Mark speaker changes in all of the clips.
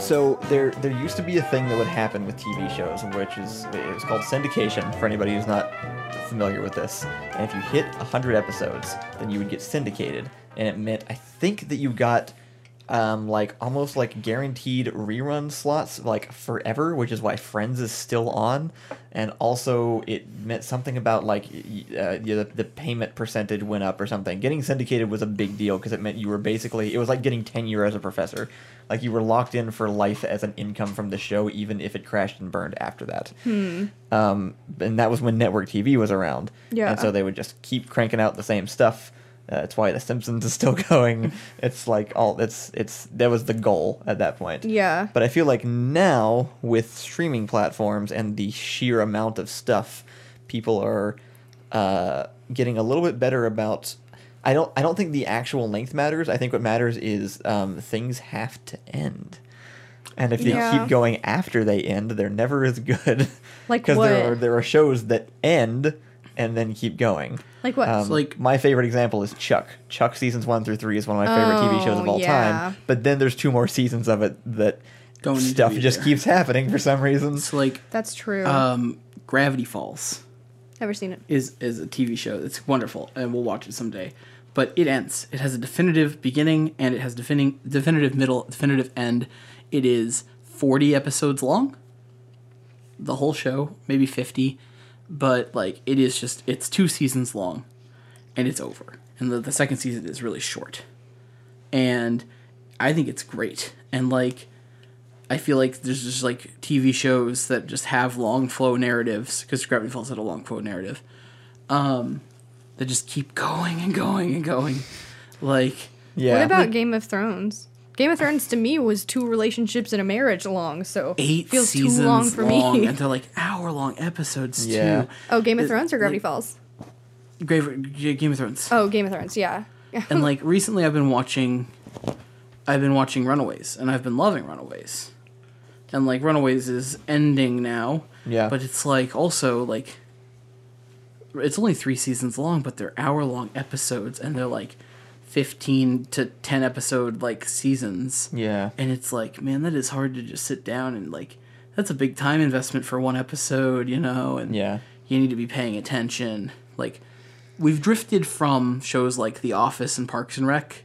Speaker 1: so there there used to be a thing that would happen with TV shows, which is it was called syndication. For anybody who's not familiar with this, and if you hit hundred episodes, then you would get syndicated, and it meant I think that you got. Um, like almost like guaranteed rerun slots like forever which is why friends is still on and also it meant something about like y- uh, yeah, the, the payment percentage went up or something getting syndicated was a big deal because it meant you were basically it was like getting tenure as a professor like you were locked in for life as an income from the show even if it crashed and burned after that um, and that was when network tv was around
Speaker 2: Yeah.
Speaker 1: and so they would just keep cranking out the same stuff uh, that's why The Simpsons is still going. It's like all it's it's that was the goal at that point.
Speaker 2: Yeah.
Speaker 1: But I feel like now with streaming platforms and the sheer amount of stuff, people are uh, getting a little bit better about. I don't I don't think the actual length matters. I think what matters is um, things have to end. And if they
Speaker 2: Yeah.
Speaker 1: keep going after they end, they're never as good.
Speaker 2: Like
Speaker 1: because there
Speaker 2: what?
Speaker 1: are there are shows that end and then keep going.
Speaker 2: Like what?
Speaker 1: Um,
Speaker 2: It's
Speaker 1: like
Speaker 3: like-
Speaker 1: my favorite example is Chuck. Chuck seasons one through three is one of my favorite TV shows of
Speaker 2: Oh,
Speaker 1: all
Speaker 2: yeah.
Speaker 1: time. But then there's two more seasons of it that
Speaker 3: Don't need to
Speaker 1: stuff
Speaker 3: be
Speaker 1: just
Speaker 3: there.
Speaker 1: keeps happening for some reason.
Speaker 3: It's like
Speaker 2: That's true.
Speaker 3: um, Gravity Falls
Speaker 2: Never seen it.
Speaker 3: is is a TV show. It's wonderful, and we'll watch it someday. But it ends. It has a definitive beginning, and it has defini- definitive middle, definitive end. It is forty episodes long. The whole show, maybe fifty, but like it is just it's two seasons long, and it's over. And the, the second season is really short, and I think it's great. And like I feel like there's just like TV shows that just have long flow narratives because Gravity Falls had a long flow narrative. Um, that just keep going and going and going. Like,
Speaker 1: Yeah.
Speaker 2: What about Game of Thrones? Game of Thrones to me was two relationships and a marriage long, so
Speaker 3: eight
Speaker 2: feels
Speaker 3: seasons
Speaker 2: too long for me.
Speaker 3: and they're like hour long episodes
Speaker 1: Yeah.
Speaker 3: too.
Speaker 2: oh, Game of
Speaker 3: It-
Speaker 2: Thrones or Gravity
Speaker 3: like,
Speaker 2: Falls?
Speaker 3: Grave, G- Game of Thrones.
Speaker 2: Oh, Game of Thrones. Yeah. Yeah.
Speaker 3: and like recently I've been watching I've been watching Runaways and I've been loving Runaways. And like Runaways is ending now.
Speaker 1: Yeah.
Speaker 3: But it's like also like it's only 3 seasons long but they're hour long episodes and they're like 15 to 10 episode like seasons.
Speaker 1: yeah.
Speaker 3: And it's like, man, that is hard to just sit down and like that's a big time investment for one episode, you know, and
Speaker 1: Yeah.
Speaker 3: you need to be paying attention. Like we've drifted from shows like The Office and Parks and Rec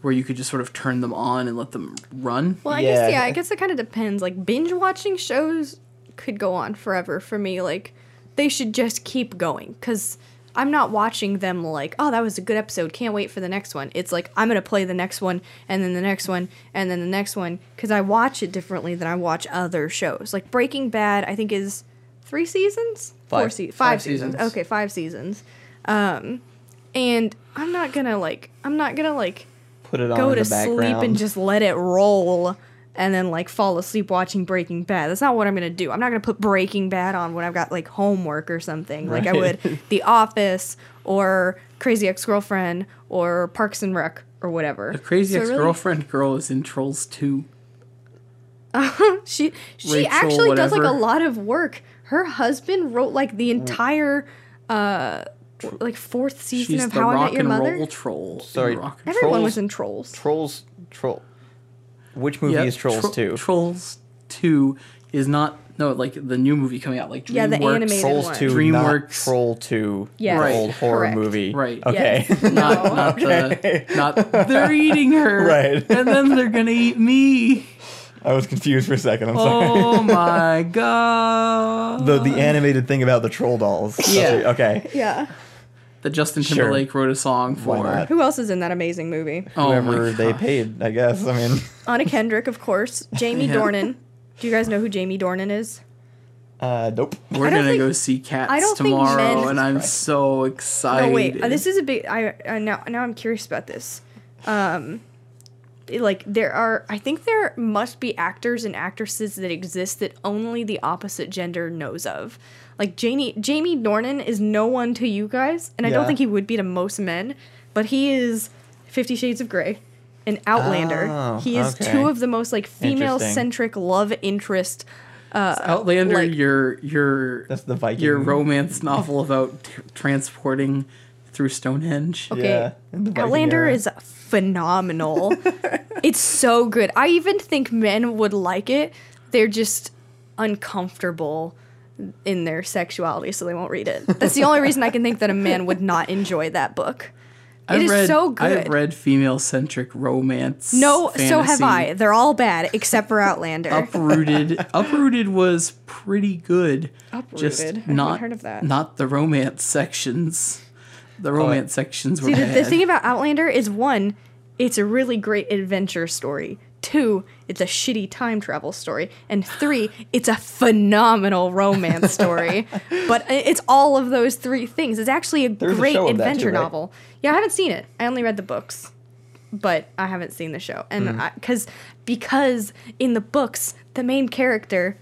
Speaker 3: where you could just sort of turn them on and let them run.
Speaker 2: Well, I guess
Speaker 1: Yeah.
Speaker 2: yeah. I guess it kind of depends. Like binge watching shows could go on forever for me. Like they should just keep going because I'm not watching them like, oh, that was a good episode. Can't wait for the next one. It's like I'm gonna play the next one and then the next one and then the next one because I watch it differently than I watch other shows. Like Breaking Bad, I think is three seasons, four
Speaker 1: Five.
Speaker 2: se- five,
Speaker 3: Five
Speaker 2: seasons.
Speaker 3: seasons.
Speaker 2: Okay, five seasons. Um, and I'm not gonna like. I'm not gonna like
Speaker 1: Put it on
Speaker 2: go
Speaker 1: in the
Speaker 2: to sleep
Speaker 1: background.
Speaker 2: and just let it roll and then like fall asleep watching Breaking Bad. That's not what I'm gonna do. I'm not gonna put Breaking Bad on when I've got like homework or something. Like I
Speaker 1: Right.
Speaker 2: would The Office or Crazy Ex Girlfriend or Parks and Rec or whatever.
Speaker 3: The crazy
Speaker 2: So it really-
Speaker 3: ex-girlfriend girl is in Trolls 2.
Speaker 2: She she
Speaker 3: Rachel,
Speaker 2: actually does like a
Speaker 3: whatever. Mm.
Speaker 2: lot of work. Her husband wrote like the entire uh like fourth season
Speaker 3: She's
Speaker 2: of
Speaker 3: the
Speaker 2: How I
Speaker 3: rock
Speaker 2: Met Your
Speaker 3: and
Speaker 2: Mother.
Speaker 3: roll troll. in
Speaker 1: Sorry.
Speaker 3: Rock and
Speaker 2: Everyone
Speaker 1: Trolls-
Speaker 2: was in Trolls.
Speaker 1: Trolls troll. Which movie
Speaker 3: Yeah,
Speaker 1: is Trolls
Speaker 3: Tro-
Speaker 1: two?
Speaker 3: Trolls 2 is not no, like the new movie coming out like DreamWorks.
Speaker 2: Yeah, the animated
Speaker 1: Trolls
Speaker 2: one.
Speaker 1: two, not
Speaker 3: DreamWorks.
Speaker 1: Troll two.
Speaker 2: Yes,
Speaker 1: the
Speaker 3: Right.
Speaker 1: old horror
Speaker 2: correct.
Speaker 1: movie.
Speaker 3: Right.
Speaker 1: Okay.
Speaker 2: Yes.
Speaker 3: not
Speaker 2: No.
Speaker 3: not the not they're eating her
Speaker 1: Right.
Speaker 3: and then they're gonna eat me
Speaker 1: I was confused for a second. I'm sorry.
Speaker 3: oh my god
Speaker 1: The the animated thing about the troll dolls.
Speaker 3: Yeah.
Speaker 1: Okay.
Speaker 2: yeah.
Speaker 3: that justin
Speaker 1: Sure.
Speaker 3: timberlake wrote a song for
Speaker 1: not?
Speaker 2: Who else is in that amazing movie?
Speaker 3: Oh my
Speaker 1: Whoever they
Speaker 3: gosh.
Speaker 1: paid, I guess. I mean.
Speaker 2: Anna Kendrick, of course. Jamie
Speaker 3: Yeah.
Speaker 2: Dornan. Do you guys know who Jamie Dornan is?
Speaker 1: Uh, nope.
Speaker 3: we're
Speaker 2: I don't
Speaker 3: gonna
Speaker 2: think-
Speaker 3: go see cats
Speaker 2: I don't think
Speaker 3: tomorrow
Speaker 2: men-
Speaker 3: and i'm so excited
Speaker 2: Oh wait, uh, this is a big. I, I now now I'm curious about this. Um, like there are, I think there must be actors and actresses that exist that only the opposite gender knows of. Like Jamie Jamie Dornan is no one to you guys, and I don't
Speaker 1: Yeah.
Speaker 2: think he would be to most men, but he is Fifty Shades of Grey. An Outlander.
Speaker 1: Oh,
Speaker 2: he is
Speaker 1: okay.
Speaker 2: two of the most like female centric love interest
Speaker 3: outlander
Speaker 2: uh, like-
Speaker 3: your your
Speaker 1: That's the Viking.
Speaker 3: your romance novel about t- transporting through Stonehenge.
Speaker 2: Okay.
Speaker 1: Yeah, in the Viking
Speaker 2: Outlander
Speaker 1: era.
Speaker 2: is phenomenal. it's so good. I even think men would like it. They're just uncomfortable in their sexuality, so they won't read it. That's the only reason I can think that a man would not enjoy that book. It is
Speaker 3: read,
Speaker 2: so good.
Speaker 3: I've read female centric romance.
Speaker 2: no, so have
Speaker 3: fantasy.
Speaker 2: I. They're all bad except for Outlander.
Speaker 3: Uprooted. Uprooted was pretty good. Just
Speaker 2: Uprooted. I haven't
Speaker 3: not
Speaker 2: heard of that.
Speaker 3: Not the romance sections. The romance sections were
Speaker 2: See, the,
Speaker 3: bad.
Speaker 2: the thing about Outlander is one, it's a really great adventure story. Two, it's a shitty time travel story. And three, it's a phenomenal romance story. but i- it's all of those three things. It's actually a
Speaker 1: was a
Speaker 2: great
Speaker 1: show of that too,
Speaker 2: adventure
Speaker 1: right?
Speaker 2: novel. Yeah, I haven't seen it. I only read the books, but I haven't seen the show.
Speaker 1: Hmm.
Speaker 2: And I because because in the books, the main character,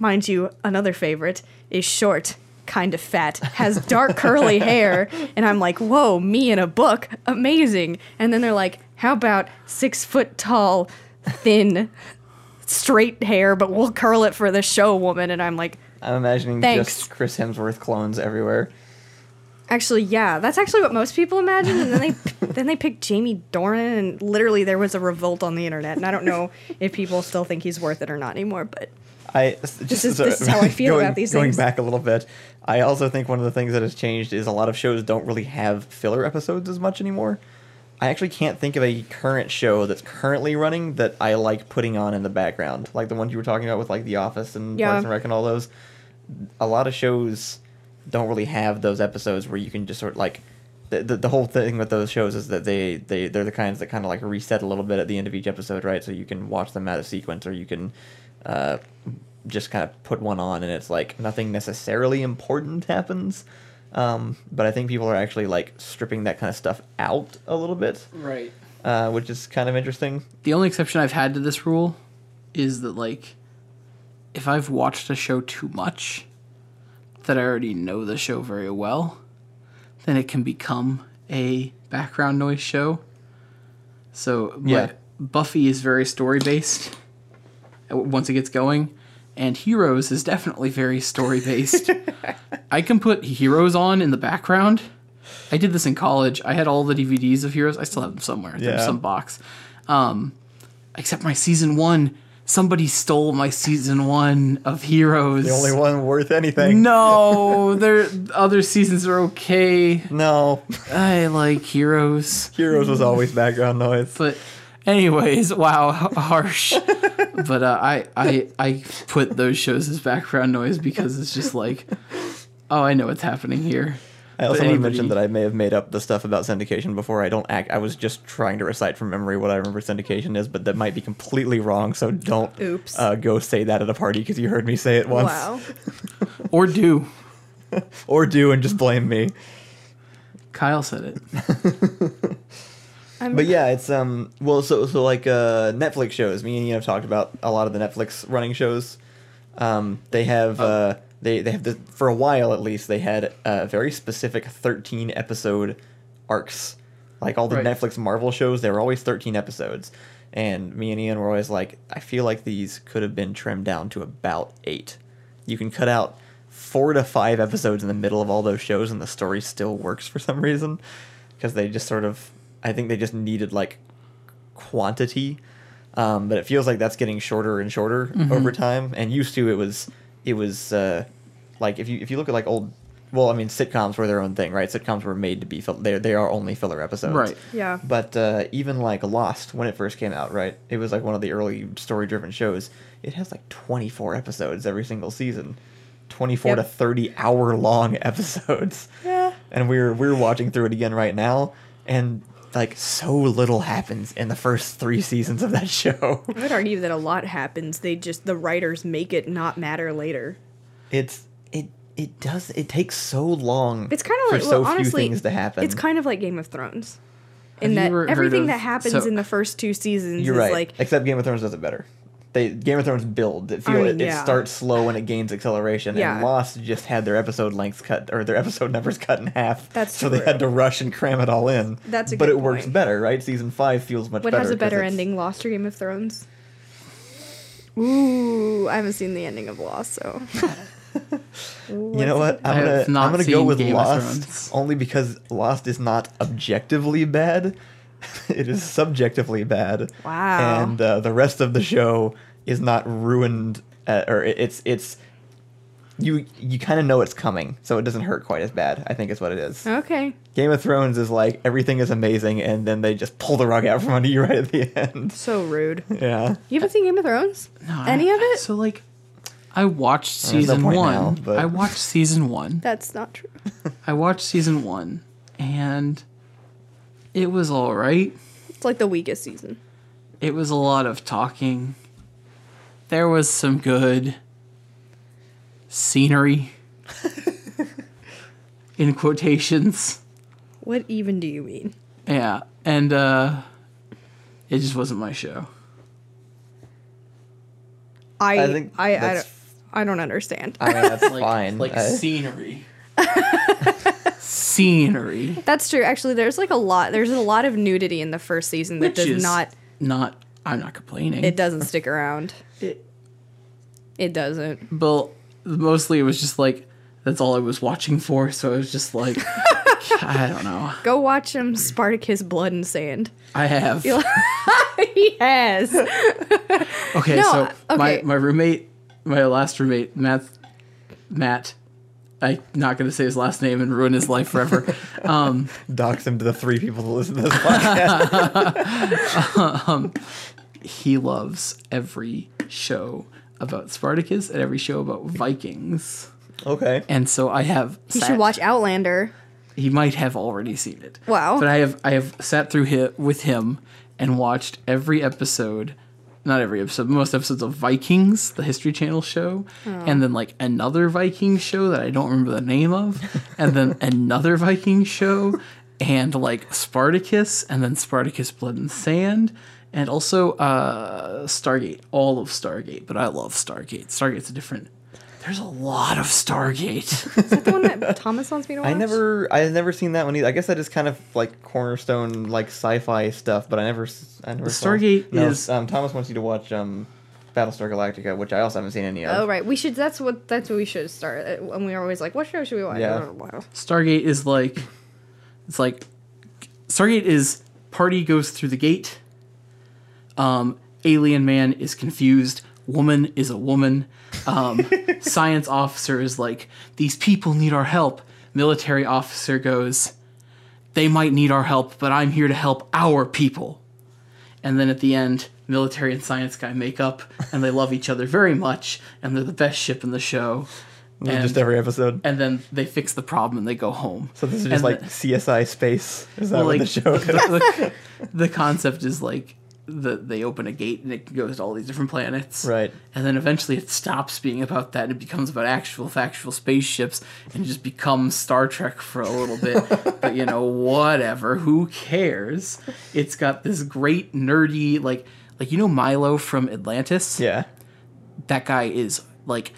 Speaker 2: mind you, another favorite, is short, kind of fat, has dark curly hair, and I'm like, whoa, me in a book, amazing. And then they're like, how about six foot tall, thin, straight hair, but we'll curl it for the show woman. And I'm like,
Speaker 1: I'm imagining
Speaker 2: Thanks.
Speaker 1: just Chris Hemsworth clones everywhere.
Speaker 2: Actually, yeah, that's actually what most people imagine, and then they then they picked Jamie Dornan, and literally there was a revolt on the internet, and I don't know if people still think he's worth it or not anymore. But
Speaker 1: I s- just
Speaker 2: is-
Speaker 1: as a-
Speaker 2: this is how I feel
Speaker 1: going,
Speaker 2: about these
Speaker 1: going
Speaker 2: things.
Speaker 1: back a little bit. I also think one of the things that has changed is a lot of shows don't really have filler episodes as much anymore. I actually can't think of a current show that's currently running that I like putting on in the background, like the ones you were talking about with like The Office and
Speaker 2: Yeah.
Speaker 1: Parks and Rec and all those. A lot of shows don't really have those episodes where you can just sort of like. The, the, the whole thing with those shows is that they, they they're the kinds that kind of like reset a little bit at the end of each episode, right? So you can watch them out of sequence, or you can uh, just kind of put one on and it's like nothing necessarily important happens. Um, but I think people are actually like stripping that kind of stuff out a little bit,
Speaker 3: right.
Speaker 1: uh, which is kind of interesting.
Speaker 3: The only exception I've had to this rule is that like if I've watched a show too much that I already know the show very well, then it can become a background noise show. So my-
Speaker 1: Yeah.
Speaker 3: Buffy is very story based once it gets going, and Heroes is definitely very story based. I can put Heroes on in the background. I did this in college. I had all the DVDs of Heroes. I still have them somewhere. There's
Speaker 1: Yeah.
Speaker 3: some box. Um, except my season one. Somebody stole my season one of Heroes.
Speaker 1: The only one worth anything.
Speaker 3: No, their other seasons are okay.
Speaker 1: No.
Speaker 3: I like Heroes,
Speaker 1: Heroes was always background noise.
Speaker 3: but anyways, wow, h- harsh. but uh, I I I put those shows as background noise because it's just like, oh, I know what's happening here.
Speaker 1: I also want to
Speaker 3: anybody-
Speaker 1: mention that I may have made up the stuff about syndication before. I don't act. I was just trying to recite from memory what I remember syndication is, but that might be completely wrong. So don't
Speaker 2: Oops.
Speaker 1: Uh, go say that at a party because you heard me say it once,
Speaker 2: wow,
Speaker 3: Or do
Speaker 1: or do and just blame me.
Speaker 3: Kyle said it?
Speaker 2: I'm,
Speaker 1: But yeah, it's um well so so like uh Netflix shows. Me and you have talked about a lot of the Netflix running shows. Um, they have uh they they have the for a while at least they had uh, very specific thirteen episode arcs. Like all the
Speaker 3: Right.
Speaker 1: Netflix Marvel shows, they were always thirteen episodes. And me and Ian were always like, I feel like these could have been trimmed down to about eight. You can cut out four to five episodes in the middle of all those shows, and the story still works for some reason. Because they just sort of, I think they just needed like quantity. Um, but it feels like that's getting shorter and shorter over time. And used to it was, it was uh, like if you if you look at like old, well, I mean sitcoms were their own thing, right? Sitcoms were made to be fill- they they are only filler episodes,
Speaker 3: Right.
Speaker 2: yeah.
Speaker 1: but uh, even like Lost, when it first came out, right? It was like one of the early story-driven shows. It has like 24 episodes every single season, 24 to
Speaker 2: Yep.
Speaker 1: 30 hour-long episodes.
Speaker 2: Yeah.
Speaker 1: And we're we're watching through it again right now, and like so little happens in the first three seasons of that show.
Speaker 2: I would argue that a lot happens. They just the writers make it not matter later.
Speaker 1: It's it it does it takes so long.
Speaker 2: It's kind of
Speaker 1: for
Speaker 2: like
Speaker 1: so
Speaker 2: well, honestly,
Speaker 1: few things to happen.
Speaker 2: It's kind of like Game of Thrones, in
Speaker 3: you
Speaker 2: that
Speaker 3: ever heard
Speaker 2: everything
Speaker 3: of-
Speaker 2: that happens
Speaker 3: so-
Speaker 2: in the first two seasons
Speaker 1: You're
Speaker 2: is
Speaker 1: right.
Speaker 2: like
Speaker 1: Except Game of Thrones does it better. They Game of Thrones builds. It feel
Speaker 2: mean,
Speaker 1: it,
Speaker 2: yeah.
Speaker 1: it starts slow and it gains acceleration.
Speaker 2: Yeah.
Speaker 1: And Lost just had their episode lengths cut or their episode numbers cut in half.
Speaker 2: That's
Speaker 1: so they
Speaker 2: true.
Speaker 1: had to rush and cram it all in.
Speaker 2: That's a
Speaker 1: but
Speaker 2: good
Speaker 1: it works
Speaker 2: point.
Speaker 1: better, right? Season five feels much
Speaker 2: what
Speaker 1: better.
Speaker 2: has a
Speaker 1: 'cause
Speaker 2: better
Speaker 1: it's-
Speaker 2: ending, Lost or Game of Thrones? Ooh, I haven't seen the ending of Lost, so
Speaker 1: You know what?
Speaker 3: I
Speaker 1: I'm
Speaker 3: have
Speaker 1: gonna
Speaker 3: not
Speaker 1: I'm gonna go
Speaker 3: seen
Speaker 1: with
Speaker 3: Game of Thrones.
Speaker 1: Lost only because Lost is not objectively bad. it is subjectively bad.
Speaker 2: Wow.
Speaker 1: And uh, the rest of the show is not ruined, uh, or it, it's it's you you kind of know it's coming, so it doesn't hurt quite as bad. I think is what it
Speaker 2: Hmm.
Speaker 1: is.
Speaker 2: Okay.
Speaker 1: Game of Thrones is like everything is amazing, and then they just pull the rug out from under you right at the end.
Speaker 2: So rude.
Speaker 1: Yeah.
Speaker 2: You haven't seen Game of Thrones?
Speaker 3: No, I-
Speaker 2: Any of it?
Speaker 3: So like, I watched
Speaker 1: no
Speaker 3: season
Speaker 1: point
Speaker 3: one.
Speaker 1: now, but-
Speaker 3: I watched season one.
Speaker 2: That's not true.
Speaker 3: I watched season one, and it was all right.
Speaker 2: It's like the weakest season.
Speaker 3: It was a lot of talking. There was some good scenery. in quotations.
Speaker 2: What even do you mean?
Speaker 3: Yeah. And uh it just wasn't my show.
Speaker 2: I I
Speaker 1: I think
Speaker 2: I,
Speaker 1: that's-
Speaker 2: don't, I don't understand.
Speaker 1: I mean, that's fine.
Speaker 3: Like
Speaker 1: I-
Speaker 3: scenery. scenery.
Speaker 2: that's true. Actually, there's like a lot. There's a lot of nudity in the first season that
Speaker 3: Which
Speaker 2: does
Speaker 3: is
Speaker 2: not.
Speaker 3: not I'm not complaining.
Speaker 2: It doesn't stick around.
Speaker 3: It-
Speaker 2: It doesn't.
Speaker 3: but mostly it was just like that's all I was watching for, so I was just like I don't know.
Speaker 2: Go watch him Spartacus Blood and Sand.
Speaker 3: I have
Speaker 2: he has.
Speaker 3: Okay,
Speaker 2: No,
Speaker 3: so
Speaker 2: uh,
Speaker 3: my
Speaker 2: okay.
Speaker 3: my roommate, my last roommate, Matt, Matt, I'm not gonna say his last name and ruin his life forever. um,
Speaker 1: dox him to the three people that listen to this podcast.
Speaker 3: he loves every show about Spartacus and every show about Vikings,
Speaker 1: okay.
Speaker 3: and so I have.
Speaker 2: You should watch Outlander.
Speaker 3: He might have already seen it.
Speaker 2: Wow.
Speaker 3: But I have I have sat through hi with him and watched every episode. Not every episode, but most episodes of Vikings, the History Channel show, and then like another Viking show that I don't remember the name of, and then another Viking show, and like Spartacus, and then Spartacus Blood and Sand, and also uh, Stargate, all of Stargate, but I love Stargate. Stargate's a different. There's a lot of Stargate.
Speaker 2: The one that Thomas wants me to watch.
Speaker 1: I never, I had never seen that one either. I guess that is kind of like cornerstone, like sci-fi stuff. But I never, s- I never. saw-
Speaker 3: Stargate
Speaker 1: no,
Speaker 3: is-
Speaker 1: Um, Thomas wants you to watch um, Battlestar Galactica, which I also haven't seen any of.
Speaker 2: Oh right, we should. That's what. That's what we should start. uh, And we were always like, what show should we watch?
Speaker 1: Yeah.
Speaker 2: Wow.
Speaker 3: Stargate is like it's like Stargate is party goes through the gate. Um, alien man is confused. Woman is a woman. Um, science officer is like these people need our help. Military officer goes, they might need our help, but I'm here to help our people. And then at the end, military and science guy make up, and they love each other very much, and they're the best ship in the show.
Speaker 1: This is
Speaker 3: And-
Speaker 1: just every episode.
Speaker 3: and then they fix the problem and they go home.
Speaker 1: so this is
Speaker 3: And
Speaker 1: just like
Speaker 3: the-
Speaker 1: CSI Space. Is that
Speaker 3: well,
Speaker 1: what
Speaker 3: like,
Speaker 1: the show is?
Speaker 3: the, the concept is like the, they open a gate and it goes to all these different planets.
Speaker 1: Right.
Speaker 3: And then eventually it stops being about that and it becomes about actual factual spaceships and just becomes Star Trek for a little bit. but you know, whatever, who cares? It's got this great nerdy like like you know Milo from Atlantis?
Speaker 1: Yeah.
Speaker 3: That guy is like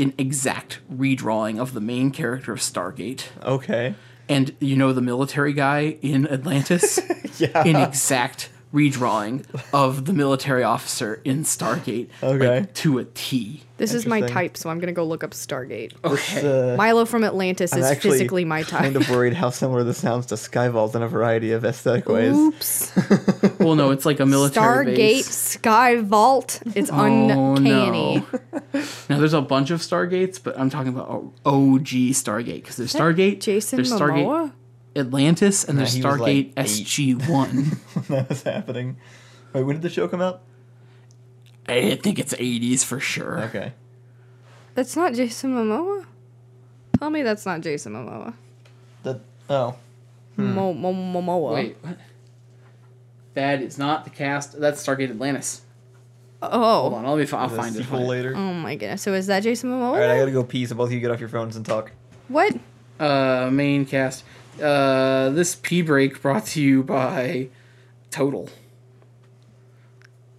Speaker 3: an exact redrawing of the main character of Stargate
Speaker 1: Okay.
Speaker 3: and you know the military guy in Atlantis,
Speaker 1: Yeah.
Speaker 3: an exact redrawing of the military officer in Stargate,
Speaker 1: Okay.
Speaker 3: like, to a T.
Speaker 2: This is my
Speaker 1: Interesting.
Speaker 2: type, so I'm gonna go look up Stargate.
Speaker 1: It's,
Speaker 3: Okay,
Speaker 1: uh,
Speaker 2: Milo from Atlantis
Speaker 1: I'm
Speaker 2: is
Speaker 1: actually
Speaker 2: physically my type.
Speaker 1: kind of worried how similar this sounds to Skyvault in a variety of aesthetic ways.
Speaker 2: Oops.
Speaker 3: well, no, it's like a military
Speaker 2: Stargate
Speaker 3: base.
Speaker 2: Sky Vault. It's
Speaker 3: Oh,
Speaker 2: uncanny.
Speaker 3: no. now there's a bunch of Stargates, but I'm talking about OG Stargate because there's Stargate,
Speaker 2: Jason
Speaker 3: there's Stargate
Speaker 2: Momoa.
Speaker 3: Atlantis, and there's
Speaker 1: he was,
Speaker 3: Stargate
Speaker 1: like, eight.
Speaker 3: SG One.
Speaker 1: that was happening. Wait, when did the show come out?
Speaker 3: I think it's 80s for sure.
Speaker 1: Okay.
Speaker 2: That's not Jason Momoa. Tell me that's not Jason Momoa.
Speaker 1: The oh.
Speaker 2: Mo- Mo- Momoa.
Speaker 3: Wait, what? that is not the cast. That's Stargate Atlantis. Hold
Speaker 2: Oh.
Speaker 3: on, let me. fi- I'll
Speaker 1: the
Speaker 3: find it.
Speaker 1: sequel
Speaker 3: Find it.
Speaker 1: later.
Speaker 2: Oh my goodness. So is that Jason Momoa?
Speaker 1: All right, I gotta go pee. So both of you get off your phones and talk.
Speaker 2: What?
Speaker 3: Uh, main cast. Uh, this pee break brought to you by Total.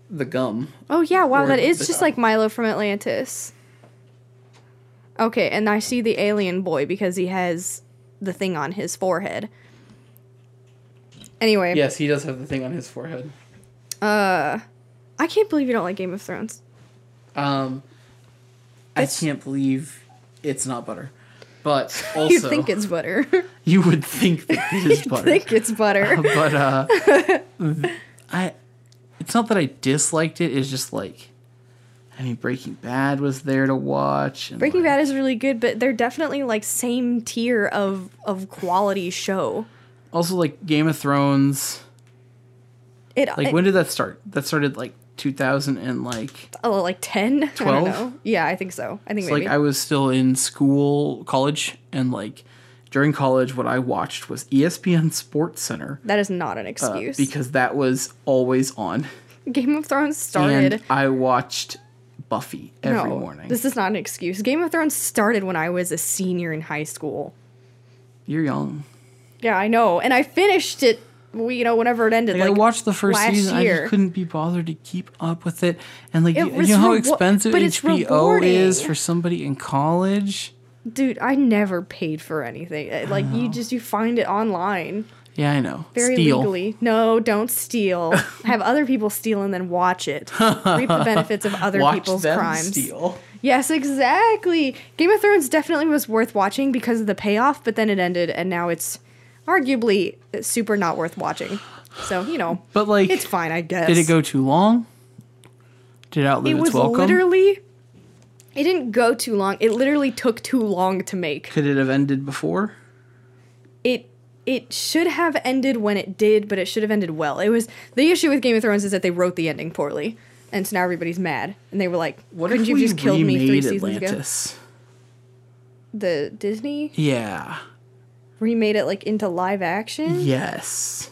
Speaker 3: The gum.
Speaker 2: Oh yeah. Wow.
Speaker 3: Or
Speaker 2: That is
Speaker 3: the-
Speaker 2: just like Milo from Atlantis. Okay, and I see the alien boy because he has the thing on his forehead. Anyway,
Speaker 3: Yes, he does have the thing on his forehead.
Speaker 2: I can't believe you don't like Game of Thrones.
Speaker 3: Um, I Um, can't believe it's not butter. But also,
Speaker 2: you think it's butter.
Speaker 3: you would think that it is
Speaker 2: you
Speaker 3: butter.
Speaker 2: think it's butter.
Speaker 3: but uh I it's not that I disliked it, it's just like I mean Breaking Bad was there to watch and
Speaker 2: Breaking Bad is really good, but they're definitely like same tier of of quality show.
Speaker 3: also like Game of Thrones.
Speaker 2: It
Speaker 3: Like
Speaker 2: it-
Speaker 3: when did that start? That started like 2000 and like
Speaker 2: oh, like ten,
Speaker 3: 12?
Speaker 2: I don't know. Yeah, I think so. I think
Speaker 3: it's
Speaker 2: maybe.
Speaker 3: like I was still in school, college and like during college what I watched was E ESPN Sports Center
Speaker 2: that is not an
Speaker 3: uh,
Speaker 2: excuse.
Speaker 3: because that was always on.
Speaker 2: Game of Thrones started.
Speaker 3: And I watched Buffy every
Speaker 2: no,
Speaker 3: morning.
Speaker 2: this is not an excuse. Game of Thrones started when I was a senior in high school.
Speaker 3: You're young.
Speaker 2: Yeah, I know, and I finished it. we- You know, whenever it ended,
Speaker 3: Like,
Speaker 2: like,
Speaker 3: I watched the first
Speaker 2: last
Speaker 3: season. I
Speaker 2: year.
Speaker 3: just couldn't be bothered to keep up with it. And like,
Speaker 2: It
Speaker 3: you, you
Speaker 2: was
Speaker 3: know how
Speaker 2: rewar-
Speaker 3: expensive
Speaker 2: but it's
Speaker 3: HBO is
Speaker 2: rewarding.
Speaker 3: for somebody in college.
Speaker 2: dude, I never paid for anything. Uh, Like you just you find it online
Speaker 3: Yeah, I know.
Speaker 2: very
Speaker 3: Steal.
Speaker 2: legally. No, don't steal. Have other people steal and then watch it. Reap the benefits of other
Speaker 3: Watch
Speaker 2: people's
Speaker 3: them
Speaker 2: crimes.
Speaker 3: steal.
Speaker 2: Yes, exactly. Game of Thrones definitely was worth watching because of the payoff, but then it ended, and now it's arguably super not worth watching. So you know,
Speaker 3: But like,
Speaker 2: it's fine, I guess.
Speaker 3: did it go too long? Did it outlive
Speaker 2: It was
Speaker 3: its welcome?
Speaker 2: literally. It didn't go too long. It literally took too long to make.
Speaker 3: Could it have ended before?
Speaker 2: it it should have ended when it did, but it should have ended well. It was the issue with Game of Thrones is that they wrote the ending poorly, and so now everybody's mad. And they were like,
Speaker 3: What
Speaker 2: "Couldn't
Speaker 3: if
Speaker 2: you
Speaker 3: we
Speaker 2: have just killed me three
Speaker 3: remade
Speaker 2: seasons ago?"
Speaker 3: Atlantis?
Speaker 2: The Disney
Speaker 3: Yeah.
Speaker 2: remade it like into live action.
Speaker 3: Yes.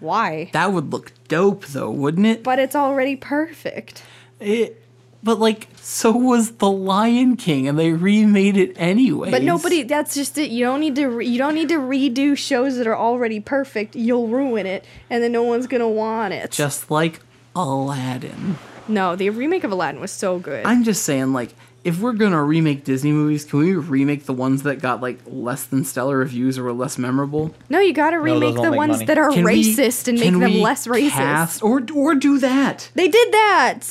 Speaker 2: Why?
Speaker 3: That would look dope, though, wouldn't it?
Speaker 2: But it's already perfect.
Speaker 3: It, but like, so was the Lion King, and they remade it anyway.
Speaker 2: But nobody. That's just it. You don't need to. Re- you don't need to redo shows that are already perfect. You'll ruin it, and then no one's gonna want it.
Speaker 3: just like Aladdin.
Speaker 2: no, the remake of Aladdin was so good.
Speaker 3: I'm just saying, like, if we're gonna remake Disney movies, can we remake the ones that got like less than stellar reviews or were less memorable?
Speaker 2: no, you gotta
Speaker 1: those
Speaker 2: remake
Speaker 1: won't
Speaker 2: the
Speaker 1: make
Speaker 2: ones
Speaker 1: money.
Speaker 2: that are
Speaker 3: Can we-
Speaker 2: racist and make
Speaker 3: can
Speaker 2: them
Speaker 3: we
Speaker 2: less racist.
Speaker 3: cast- or or do that.
Speaker 2: They did that.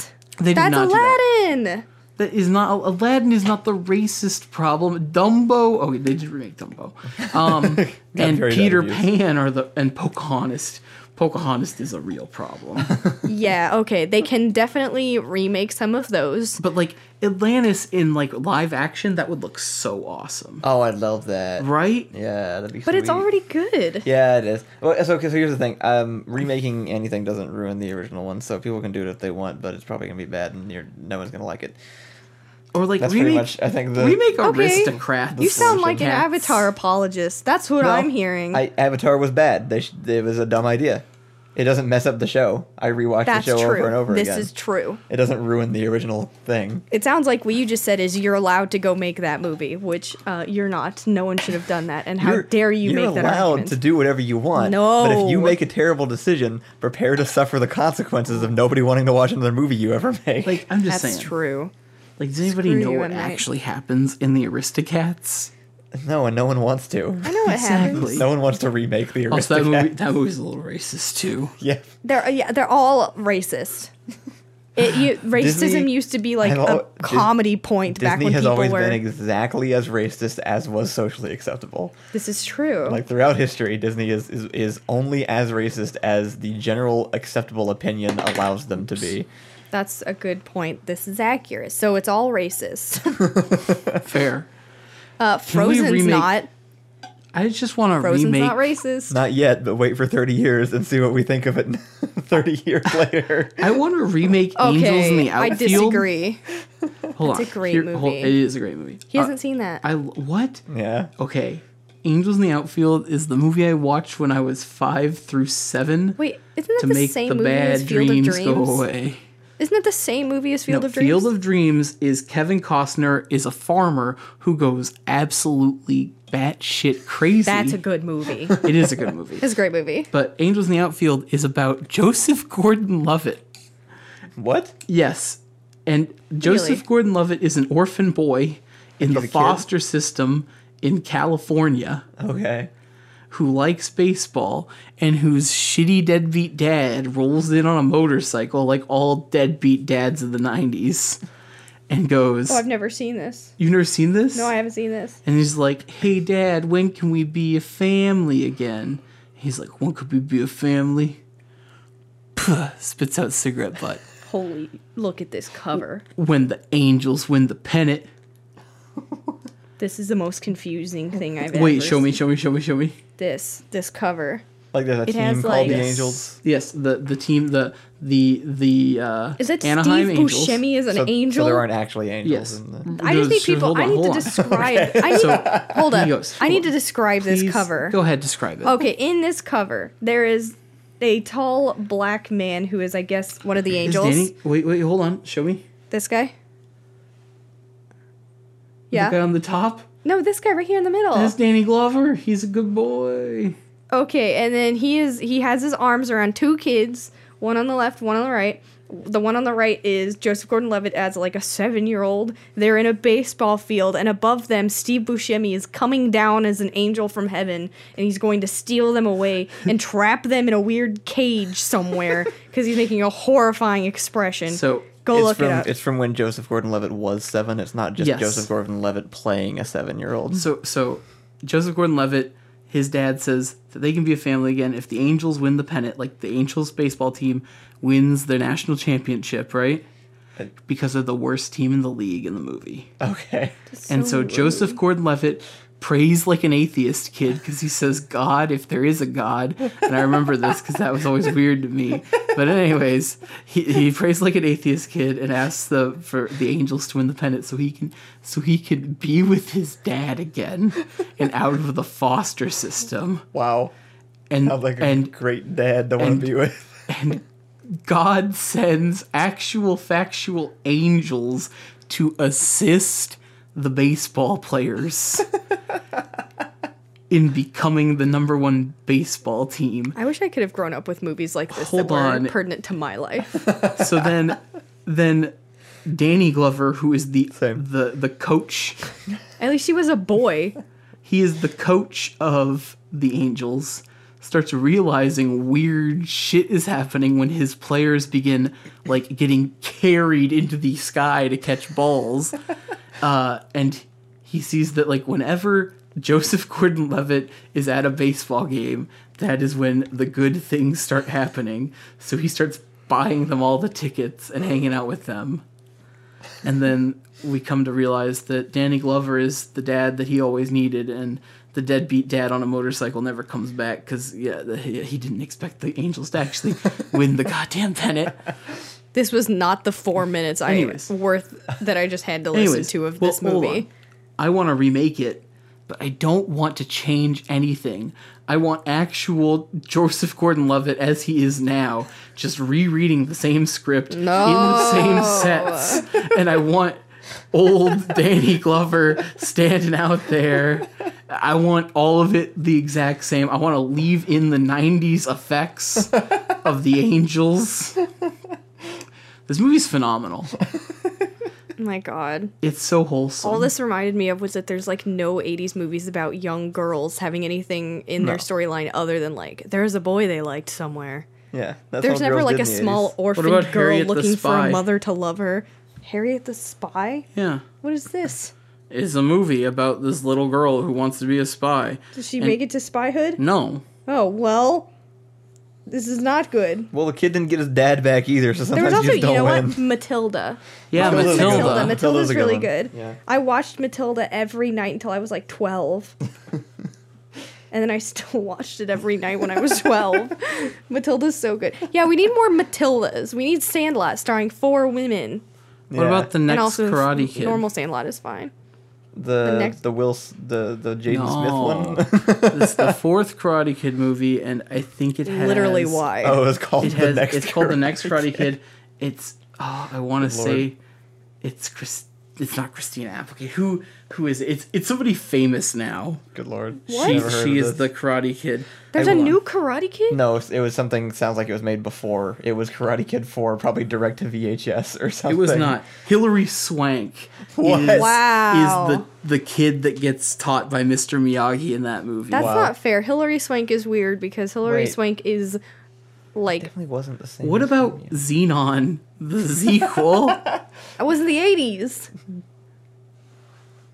Speaker 3: They did
Speaker 2: That's
Speaker 3: not do that.
Speaker 2: Aladdin.
Speaker 3: That is not Aladdin is not the racist problem. Dumbo. Okay, they did remake Dumbo. Um, and
Speaker 1: very bad
Speaker 3: Peter
Speaker 1: reviews.
Speaker 3: Pan are the and Pocahontas. Pocahontas is a real problem.
Speaker 2: yeah, okay. They can definitely remake some of those.
Speaker 3: but like Atlantis in like live action, that would look so awesome,
Speaker 1: Oh, I love that.
Speaker 3: right?
Speaker 1: Yeah, that'd be.
Speaker 2: But it's
Speaker 1: sweet.
Speaker 2: already good.
Speaker 1: Yeah, it is. Well, so, okay, so here's the thing: um, remaking anything doesn't ruin the original one, so people can do it if they want, but it's probably gonna be bad, and you're, no one's gonna like it.
Speaker 3: Or like
Speaker 1: That's
Speaker 3: remake
Speaker 1: pretty much. I think the
Speaker 3: remake
Speaker 2: Okay.
Speaker 3: aristocrats.
Speaker 2: You sound like an
Speaker 3: Cats.
Speaker 2: Avatar apologist. That's what
Speaker 1: Well,
Speaker 2: I'm hearing.
Speaker 1: I, Avatar was bad. They sh- it was a dumb idea. It doesn't mess up the show. I rewatched
Speaker 2: That's
Speaker 1: the show
Speaker 2: true.
Speaker 1: over and over
Speaker 2: this
Speaker 1: again.
Speaker 2: is true.
Speaker 1: it doesn't ruin the original thing.
Speaker 2: It sounds like what you just said is you're allowed to go make that movie, which uh, you're not. No one should have done that. And how
Speaker 1: You're-
Speaker 2: dare you
Speaker 1: You're
Speaker 2: make that
Speaker 1: allowed
Speaker 2: argument?
Speaker 1: to do whatever you want. but if you
Speaker 2: No.
Speaker 1: make a terrible decision, prepare to suffer the consequences of nobody wanting to watch another movie you ever make.
Speaker 3: Like I'm just
Speaker 2: That's
Speaker 3: saying.
Speaker 2: true.
Speaker 3: Like does anybody
Speaker 2: Screw
Speaker 3: know
Speaker 2: you,
Speaker 3: what
Speaker 2: I'm right.
Speaker 3: actually happens in the Aristocats?
Speaker 1: no, and no one wants to.
Speaker 2: I know what happens.
Speaker 3: Exactly.
Speaker 1: No one wants to remake the
Speaker 3: Also, that
Speaker 1: original.
Speaker 3: movie that movie's a little racist too.
Speaker 1: yeah.
Speaker 2: They're uh, yeah, they're all racist. It, you, racism
Speaker 1: Disney-
Speaker 2: used to be like
Speaker 1: I've
Speaker 2: a
Speaker 1: al- Dis-
Speaker 2: comedy point back
Speaker 1: Disney
Speaker 2: when
Speaker 1: has
Speaker 2: people
Speaker 1: always
Speaker 2: were.
Speaker 1: been exactly as racist as was socially acceptable.
Speaker 2: this is true.
Speaker 1: Like throughout history, Disney is, is is only as racist as the general acceptable opinion allows them to be.
Speaker 2: That's a good point. This is accurate. So it's all racist.
Speaker 3: Fair.
Speaker 2: Uh, Frozen's
Speaker 3: remake-
Speaker 2: not.
Speaker 3: I just want to
Speaker 2: Frozen's
Speaker 3: remake.
Speaker 2: not racist.
Speaker 1: Not yet, but wait for thirty years and see what we think of it thirty years later.
Speaker 3: I want to remake Angels in
Speaker 2: okay,
Speaker 3: the
Speaker 2: I
Speaker 3: Outfield.
Speaker 2: disagree.
Speaker 3: Hold on.
Speaker 2: It's a great
Speaker 3: hold-
Speaker 2: movie.
Speaker 3: it is a great movie.
Speaker 2: He
Speaker 3: Uh,
Speaker 2: hasn't seen that.
Speaker 3: I what?
Speaker 1: Yeah.
Speaker 3: Okay. Angels in the Outfield is the movie I watched when I was five through seven.
Speaker 2: Wait, isn't that
Speaker 3: to
Speaker 2: the
Speaker 3: make
Speaker 2: same
Speaker 3: the
Speaker 2: movie as
Speaker 3: bad
Speaker 2: Field
Speaker 3: dreams,
Speaker 2: of
Speaker 3: go
Speaker 2: Dreams?
Speaker 3: away.
Speaker 2: Isn't that the same movie as Field
Speaker 3: No,
Speaker 2: of Dreams?
Speaker 3: Field of Dreams is Kevin Costner is a farmer who goes absolutely batshit crazy.
Speaker 2: That's a good movie. it's
Speaker 3: it is a good movie.
Speaker 2: a great movie.
Speaker 3: But Angels in the Outfield is about Joseph Gordon-Levitt.
Speaker 1: What?
Speaker 3: Yes, and Joseph
Speaker 2: Really?
Speaker 3: Gordon-Levitt is an orphan boy in the
Speaker 1: a kid?
Speaker 3: foster system in California
Speaker 1: Okay.
Speaker 3: who likes baseball and whose shitty deadbeat dad rolls in on a motorcycle like all deadbeat dads of the 90s and goes,
Speaker 2: Oh, I've never seen this.
Speaker 3: You've never seen this?
Speaker 2: No, I haven't seen this.
Speaker 3: And he's like, Hey, Dad, when can we be a family again? He's like, When could we be a family? Puh, spits out cigarette butt.
Speaker 2: Holy, look at this cover.
Speaker 3: When the Angels win the pennant.
Speaker 2: This is the most confusing thing I've ever
Speaker 3: Wait, show me,
Speaker 2: seen.
Speaker 3: show me, show me, show me.
Speaker 2: this this cover.
Speaker 1: Like there's a team
Speaker 2: has,
Speaker 1: called
Speaker 2: like-
Speaker 1: the
Speaker 2: Yes.
Speaker 1: Angels.
Speaker 3: Yes, the the team, the the the uh,
Speaker 2: Is that
Speaker 3: Anaheim
Speaker 2: Steve
Speaker 3: Angels.
Speaker 2: Buscemi is an
Speaker 1: So,
Speaker 2: angel?
Speaker 1: so there aren't actually angels.
Speaker 3: Yes. Mm-hmm.
Speaker 1: In the,
Speaker 2: I just
Speaker 3: No,
Speaker 2: need
Speaker 3: so
Speaker 2: people.
Speaker 3: hold
Speaker 2: I
Speaker 3: on,
Speaker 2: need to
Speaker 3: hold on.
Speaker 2: describe. I need,
Speaker 3: So,
Speaker 2: hold up.
Speaker 3: Yos,
Speaker 2: I
Speaker 3: hold
Speaker 2: need to
Speaker 3: on.
Speaker 2: describe
Speaker 3: please
Speaker 2: this cover.
Speaker 3: Go ahead, describe it.
Speaker 2: Okay, in this cover, there is a tall black man who is, I guess, one of the
Speaker 3: Is
Speaker 2: angels.
Speaker 3: Danny- wait, wait, hold on. Show me.
Speaker 2: This guy.
Speaker 3: The guy
Speaker 2: Yeah.
Speaker 3: on the top.
Speaker 2: No, this guy right here in the middle.
Speaker 3: That's Danny Glover. He's a good boy.
Speaker 2: Okay, and then he is he has his arms around two kids, one on the left, one on the right. The one on the right is Joseph Gordon-Levitt as like a seven-year-old. They're in a baseball field, and above them, Steve Buscemi is coming down as an angel from heaven, and he's going to steal them away and trap them in a weird cage somewhere because he's making a horrifying expression.
Speaker 3: So,
Speaker 2: go
Speaker 1: it's
Speaker 2: look
Speaker 1: from
Speaker 2: it up.
Speaker 1: it's from when Joseph Gordon-Levitt was seven. It's not just
Speaker 3: Yes.
Speaker 1: Joseph Gordon-Levitt playing a seven-year-old.
Speaker 2: Mm-hmm.
Speaker 3: So so Joseph Gordon-Levitt, his dad says that they can be a family again if the Angels win the pennant, like the Angels baseball team wins the national championship, right? Because of the worst team in the league in the movie.
Speaker 1: Okay.
Speaker 3: and so
Speaker 2: rude.
Speaker 3: Joseph Gordon-Levitt prays like an atheist kid because he says God if there is a God. And I remember this because that was always weird to me. But anyways, he, he prays like an atheist kid and asks the for the angels to win the pennant so he can so he could be with his dad again and out of the foster system.
Speaker 1: Wow.
Speaker 3: And
Speaker 1: Sounds like a
Speaker 3: and
Speaker 1: great dad to want
Speaker 3: and-
Speaker 1: to be with.
Speaker 3: and God sends actual factual angels to assist the baseball players in becoming the number one baseball team.
Speaker 2: I wish I could have grown up with movies like this
Speaker 3: Hold
Speaker 2: that were
Speaker 3: on.
Speaker 2: pertinent to my life.
Speaker 3: So then then Danny Glover, who is the
Speaker 1: Same.
Speaker 3: the the coach,
Speaker 2: At least he was a boy.
Speaker 3: he is the coach of the Angels. Starts realizing weird shit is happening when his players begin like getting carried into the sky to catch balls. uh, and he sees that like whenever Joseph Gordon-Levitt is at a baseball game, that is when the good things start happening. So he starts buying them all the tickets and hanging out with them. And then we come to realize that Danny Glover is the dad that he always needed, and the deadbeat dad on a motorcycle never comes back because yeah, the, he he didn't expect the Angels to actually win the goddamn pennant.
Speaker 2: This was not the four minutes I
Speaker 3: Anyways.
Speaker 2: worth that I just had to listen
Speaker 3: Anyways,
Speaker 2: to of
Speaker 3: well,
Speaker 2: this
Speaker 3: hold
Speaker 2: movie.
Speaker 3: on. I want to remake it, but I don't want to change anything. I want actual Joseph Gordon-Levitt as he is now, just rereading the same script in the same sets, and I want old Danny Glover standing out there. I want all of it the exact same. I want to leave in the 90s effects of the angels. This movie's phenomenal.
Speaker 2: Oh My God,
Speaker 3: It's so wholesome.
Speaker 2: all this reminded me of was that there's like no '80s movies about young girls having anything in their
Speaker 3: No.
Speaker 2: storyline other than like there's a boy they liked somewhere.
Speaker 1: Yeah. That's
Speaker 2: There's
Speaker 1: all
Speaker 2: never
Speaker 1: girls
Speaker 2: like
Speaker 1: did
Speaker 2: a
Speaker 1: in the
Speaker 2: small
Speaker 1: 80s.
Speaker 2: orphan girl
Speaker 3: about Harriet the
Speaker 2: looking for a
Speaker 3: Spy?
Speaker 2: mother to love her. Harriet the Spy?
Speaker 3: yeah.
Speaker 2: What is this?
Speaker 3: is a movie about this little girl who wants to be a spy.
Speaker 2: Did she make it to spyhood?
Speaker 3: No.
Speaker 2: Oh well, this is not good.
Speaker 1: Well, the kid didn't get his dad back either, so
Speaker 2: There
Speaker 1: sometimes
Speaker 2: was also,
Speaker 1: you
Speaker 2: you
Speaker 1: just don't
Speaker 2: know
Speaker 1: win.
Speaker 2: what, Matilda.
Speaker 3: Yeah,
Speaker 1: Matilda's a
Speaker 3: Matilda.
Speaker 1: good
Speaker 2: Matilda.
Speaker 1: one.
Speaker 2: Matilda's
Speaker 1: Matilda's a good
Speaker 2: really
Speaker 1: one.
Speaker 2: good.
Speaker 1: Yeah.
Speaker 2: I watched Matilda every night until I was like 12. and then I still watched it every night when I was 12. Matilda's so good. Yeah, we need more Matildas. We need Sandlot starring four women.
Speaker 3: What about the
Speaker 2: and
Speaker 3: next
Speaker 2: also,
Speaker 3: Karate Kid?
Speaker 2: normal Sandlot is fine.
Speaker 1: the
Speaker 2: the
Speaker 1: the,
Speaker 2: next-
Speaker 1: Will S- the the Jaden
Speaker 3: No.
Speaker 1: Smith one?
Speaker 3: it's the fourth Karate Kid movie, and I think it has
Speaker 2: Literally, why?
Speaker 1: oh, it's called
Speaker 3: It
Speaker 1: the
Speaker 3: has.
Speaker 1: next.
Speaker 3: it's called the next
Speaker 1: Karate
Speaker 3: Karate Kid. It's oh, I want to say, it's Chris. It's not Christina Applegate. Who who is it? It's it's somebody famous now.
Speaker 1: Good lord.
Speaker 2: What?
Speaker 3: She
Speaker 1: Never heard
Speaker 3: she
Speaker 1: of
Speaker 3: is the
Speaker 1: this.
Speaker 3: Karate Kid.
Speaker 2: There's
Speaker 3: Hey,
Speaker 2: a
Speaker 3: hold on.
Speaker 2: new Karate Kid?
Speaker 1: No, it's- it was something. Sounds like it was made before. It was Karate Kid Four, probably direct to VHS or
Speaker 3: It
Speaker 1: something.
Speaker 3: was not. Hillary Swank
Speaker 1: What?
Speaker 3: is-
Speaker 2: Wow.
Speaker 3: is the, the kid that gets taught by Mr. Miyagi in that movie.
Speaker 2: That's
Speaker 1: Wow.
Speaker 2: not fair. Hillary Swank is weird because Hillary
Speaker 3: Wait.
Speaker 2: Swank is Like
Speaker 1: Definitely wasn't the same.
Speaker 3: What
Speaker 1: as
Speaker 3: about
Speaker 1: Premium.
Speaker 3: Xenon, the sequel?
Speaker 2: I was in the eighties.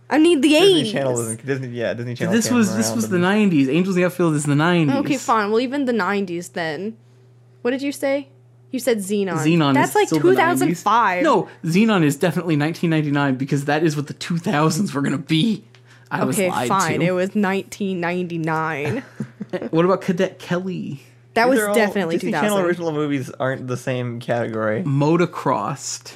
Speaker 2: I need the
Speaker 1: Disney Channel?
Speaker 2: eighties.
Speaker 1: Wasn't, Disney, yeah, Disney Channel.
Speaker 3: this
Speaker 1: came
Speaker 3: was this
Speaker 1: around
Speaker 3: was
Speaker 1: and-
Speaker 3: the '90s. Angels in the Outfield is the '90s.
Speaker 2: Okay, fine. Well, even the nineties then. What did you say? You said Xenon.
Speaker 3: Xenon.
Speaker 2: That's
Speaker 3: is
Speaker 2: like
Speaker 3: still the 90s.
Speaker 2: 2005.
Speaker 3: No, Xenon is definitely 1999 because that is what the 2000s were gonna be. I was
Speaker 2: Okay,
Speaker 3: lied
Speaker 2: fine.
Speaker 3: to. Eh,
Speaker 2: It was 1999.
Speaker 3: what about Cadet Kelly?
Speaker 2: That was
Speaker 1: They're all-
Speaker 2: definitely
Speaker 1: Disney
Speaker 2: 2000.
Speaker 1: Channel original movies aren't the same category. Is
Speaker 3: Motocrossed.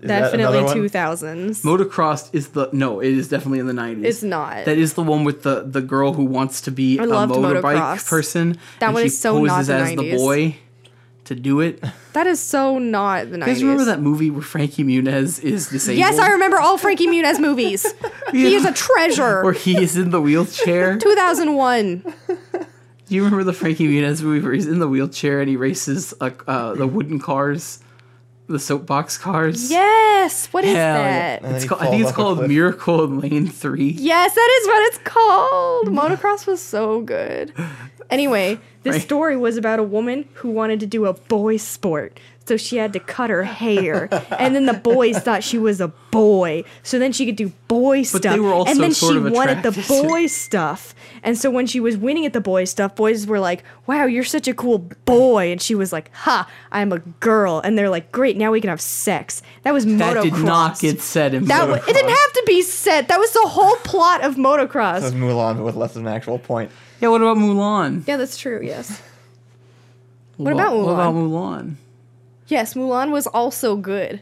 Speaker 1: that
Speaker 2: definitely
Speaker 1: another one?
Speaker 2: 2000s.
Speaker 3: Motocrossed is the no. It is definitely in the 90s.
Speaker 2: It's not.
Speaker 3: That is the one with the the girl who wants to be a
Speaker 2: loved
Speaker 3: motorbike
Speaker 2: Motocross.
Speaker 3: person.
Speaker 2: That
Speaker 3: and
Speaker 2: one
Speaker 3: she
Speaker 2: is so not
Speaker 3: poses
Speaker 2: the
Speaker 3: as the
Speaker 2: 90s.
Speaker 3: boy to do it. You
Speaker 2: that is so not the 90s.
Speaker 3: guys remember that movie where Frankie Muniz is disabled?
Speaker 2: Yes, I remember all Frankie Muniz movies. He is a treasure.
Speaker 3: Where he is in the wheelchair.
Speaker 2: 2001.
Speaker 3: Do you remember the Frankie Muniz movie where he's in the wheelchair and he races uh, uh, the wooden cars, the soapbox cars?
Speaker 2: Yes. What is
Speaker 3: Hell yeah.
Speaker 2: that?
Speaker 1: And then
Speaker 3: It's
Speaker 1: he
Speaker 3: called, I
Speaker 1: falls
Speaker 3: think it's
Speaker 1: off a
Speaker 3: called
Speaker 1: cliff.
Speaker 3: Miracle in Lane 3.
Speaker 2: Yes, that is what it's called. Motocross was so good. Anyway, this
Speaker 3: Right.
Speaker 2: story was about a woman who wanted to do a boy sport. So she had to cut her hair. and then the boys thought she was a boy. So then she could do boy stuff.
Speaker 3: they were also
Speaker 2: and then
Speaker 3: sort
Speaker 2: she
Speaker 3: of
Speaker 2: wanted the
Speaker 3: attracted to-
Speaker 2: boy stuff. And so when she was winning at the boy stuff, boys were like, wow, you're such a cool boy. And she was like, ha, I'm a girl. And they're like, great, now we can have sex. That was
Speaker 3: That did not
Speaker 2: Motocross.
Speaker 3: get said in
Speaker 2: That w- it didn't
Speaker 3: Motocross.
Speaker 2: have to be said. That was the whole plot of motocross.
Speaker 1: That was Mulan, but with less of an actual point.
Speaker 3: Yeah, what about Mulan?
Speaker 2: yeah, that's true. Yes, What
Speaker 3: Well,
Speaker 2: about
Speaker 3: What about
Speaker 2: Mulan?
Speaker 3: Mulan?
Speaker 2: yes. Mulan was also good.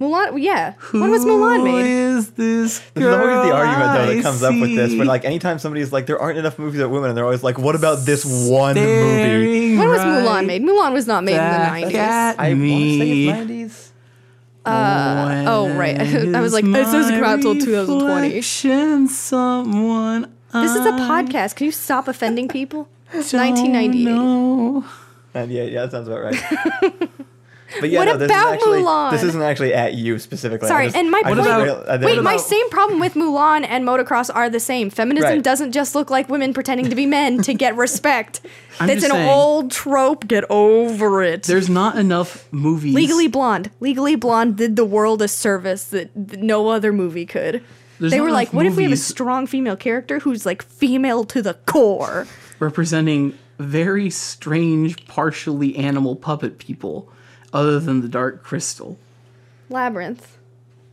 Speaker 2: Mulan, yeah. when was Mulan
Speaker 3: Who
Speaker 2: made?
Speaker 3: is this
Speaker 1: This is always the argument though
Speaker 3: girl
Speaker 1: that comes up with this.
Speaker 3: I
Speaker 1: But like anytime somebody's like, there aren't enough movies about women, and they're always like, what about this one
Speaker 3: see
Speaker 1: movie?
Speaker 3: staring
Speaker 2: When was
Speaker 3: right
Speaker 2: Mulan made? Mulan was not made
Speaker 3: back
Speaker 2: in the nineties.
Speaker 1: I
Speaker 3: at
Speaker 1: want to say
Speaker 3: me.
Speaker 1: it's nineties.
Speaker 2: Uh, oh, right. I was like,
Speaker 3: When
Speaker 2: this doesn't
Speaker 3: is
Speaker 2: come out till
Speaker 3: my
Speaker 2: 2020.
Speaker 3: reflection Someone
Speaker 2: This is a
Speaker 3: I
Speaker 2: podcast. Can you stop offending people? It's
Speaker 3: don't
Speaker 2: 1998.
Speaker 3: know.
Speaker 1: Ninety-eight. Yeah, that sounds about right. But yeah,
Speaker 2: What
Speaker 1: no, this
Speaker 2: about
Speaker 1: is actually this
Speaker 2: Mulan?
Speaker 1: isn't actually at you specifically. I
Speaker 2: Sorry,
Speaker 1: just-
Speaker 2: and my
Speaker 1: I
Speaker 2: point.
Speaker 1: just real- I
Speaker 2: wait,
Speaker 1: didn't-
Speaker 2: my same problem with Mulan and motocross are the same. Feminism
Speaker 1: Right.
Speaker 2: doesn't just look like women pretending to be men to get respect.
Speaker 3: I'm
Speaker 2: That's
Speaker 3: just
Speaker 2: an
Speaker 3: saying-
Speaker 2: old trope. Get over it.
Speaker 3: There's not enough movies.
Speaker 2: Legally Blonde. Legally Blonde did the world a service that th- no other movie could.
Speaker 3: There's
Speaker 2: they
Speaker 3: not
Speaker 2: were like,
Speaker 3: enough
Speaker 2: what if we have a
Speaker 3: movies-
Speaker 2: strong female character who's like female to the core?
Speaker 3: representing very strange, partially animal puppet people, other than the Dark Crystal.
Speaker 2: Labyrinth.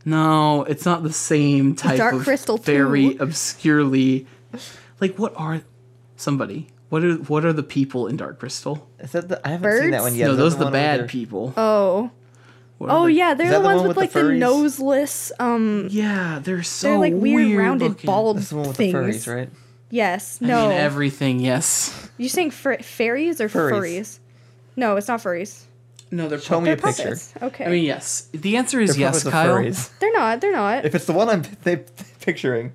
Speaker 3: No, it's not the same type
Speaker 2: Dark
Speaker 3: of
Speaker 2: Crystal too.
Speaker 3: very obscurely. Like, what are somebody? What are what are the people in Dark Crystal?
Speaker 1: Is that the, I haven't seen that
Speaker 2: Birds?
Speaker 1: one yet.
Speaker 3: no,
Speaker 1: Is that
Speaker 3: those are the
Speaker 1: one where
Speaker 3: bad
Speaker 1: they're-
Speaker 3: people.
Speaker 2: Oh.
Speaker 3: What are
Speaker 2: Oh
Speaker 3: they-
Speaker 2: yeah, they're
Speaker 1: Is
Speaker 2: the
Speaker 1: that the
Speaker 2: ones
Speaker 1: one
Speaker 2: with,
Speaker 1: with
Speaker 2: like
Speaker 1: the
Speaker 2: the,
Speaker 1: furries?
Speaker 2: noseless um
Speaker 3: Yeah, they're so
Speaker 2: they're like weird, rounded
Speaker 3: looking.
Speaker 2: bald
Speaker 1: That's the one with
Speaker 2: things.
Speaker 1: the furries, right?
Speaker 2: Yes.
Speaker 3: I
Speaker 2: No.
Speaker 3: mean, everything. Yes.
Speaker 2: you saying fur- fairies or
Speaker 1: Furries.
Speaker 2: furries. No, it's not furries.
Speaker 3: No, they're.
Speaker 1: Show me
Speaker 2: They're
Speaker 1: a picture.
Speaker 2: puppets. Okay.
Speaker 3: I mean, yes. The answer is
Speaker 1: They're
Speaker 3: yes,
Speaker 1: puppets of
Speaker 3: Kyle.
Speaker 1: furries.
Speaker 2: they're not. They're not.
Speaker 1: If it's the one I'm p- picturing,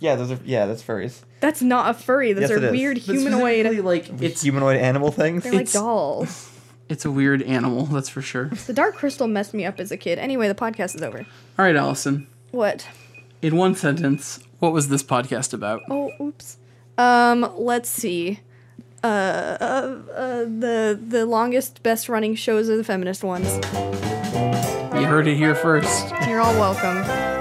Speaker 1: yeah, those are yeah, that's furries.
Speaker 2: That's not a furry. Those
Speaker 1: Yes, it
Speaker 2: are
Speaker 1: is.
Speaker 2: weird
Speaker 3: But specifically,
Speaker 2: humanoid.
Speaker 3: Like
Speaker 1: It's
Speaker 3: it's
Speaker 1: humanoid animal things.
Speaker 2: They're like
Speaker 3: it's-
Speaker 2: dolls.
Speaker 3: it's a weird animal. That's for sure.
Speaker 2: The Dark Crystal messed me up as a kid. Anyway, the podcast is over.
Speaker 3: All right, Allison.
Speaker 2: What?
Speaker 3: In one sentence, what was this podcast about?
Speaker 2: Oh, oops. Um, let's see. Uh, uh, uh the the longest best running shows are the feminist ones.
Speaker 3: You heard it here first.
Speaker 2: You're all welcome.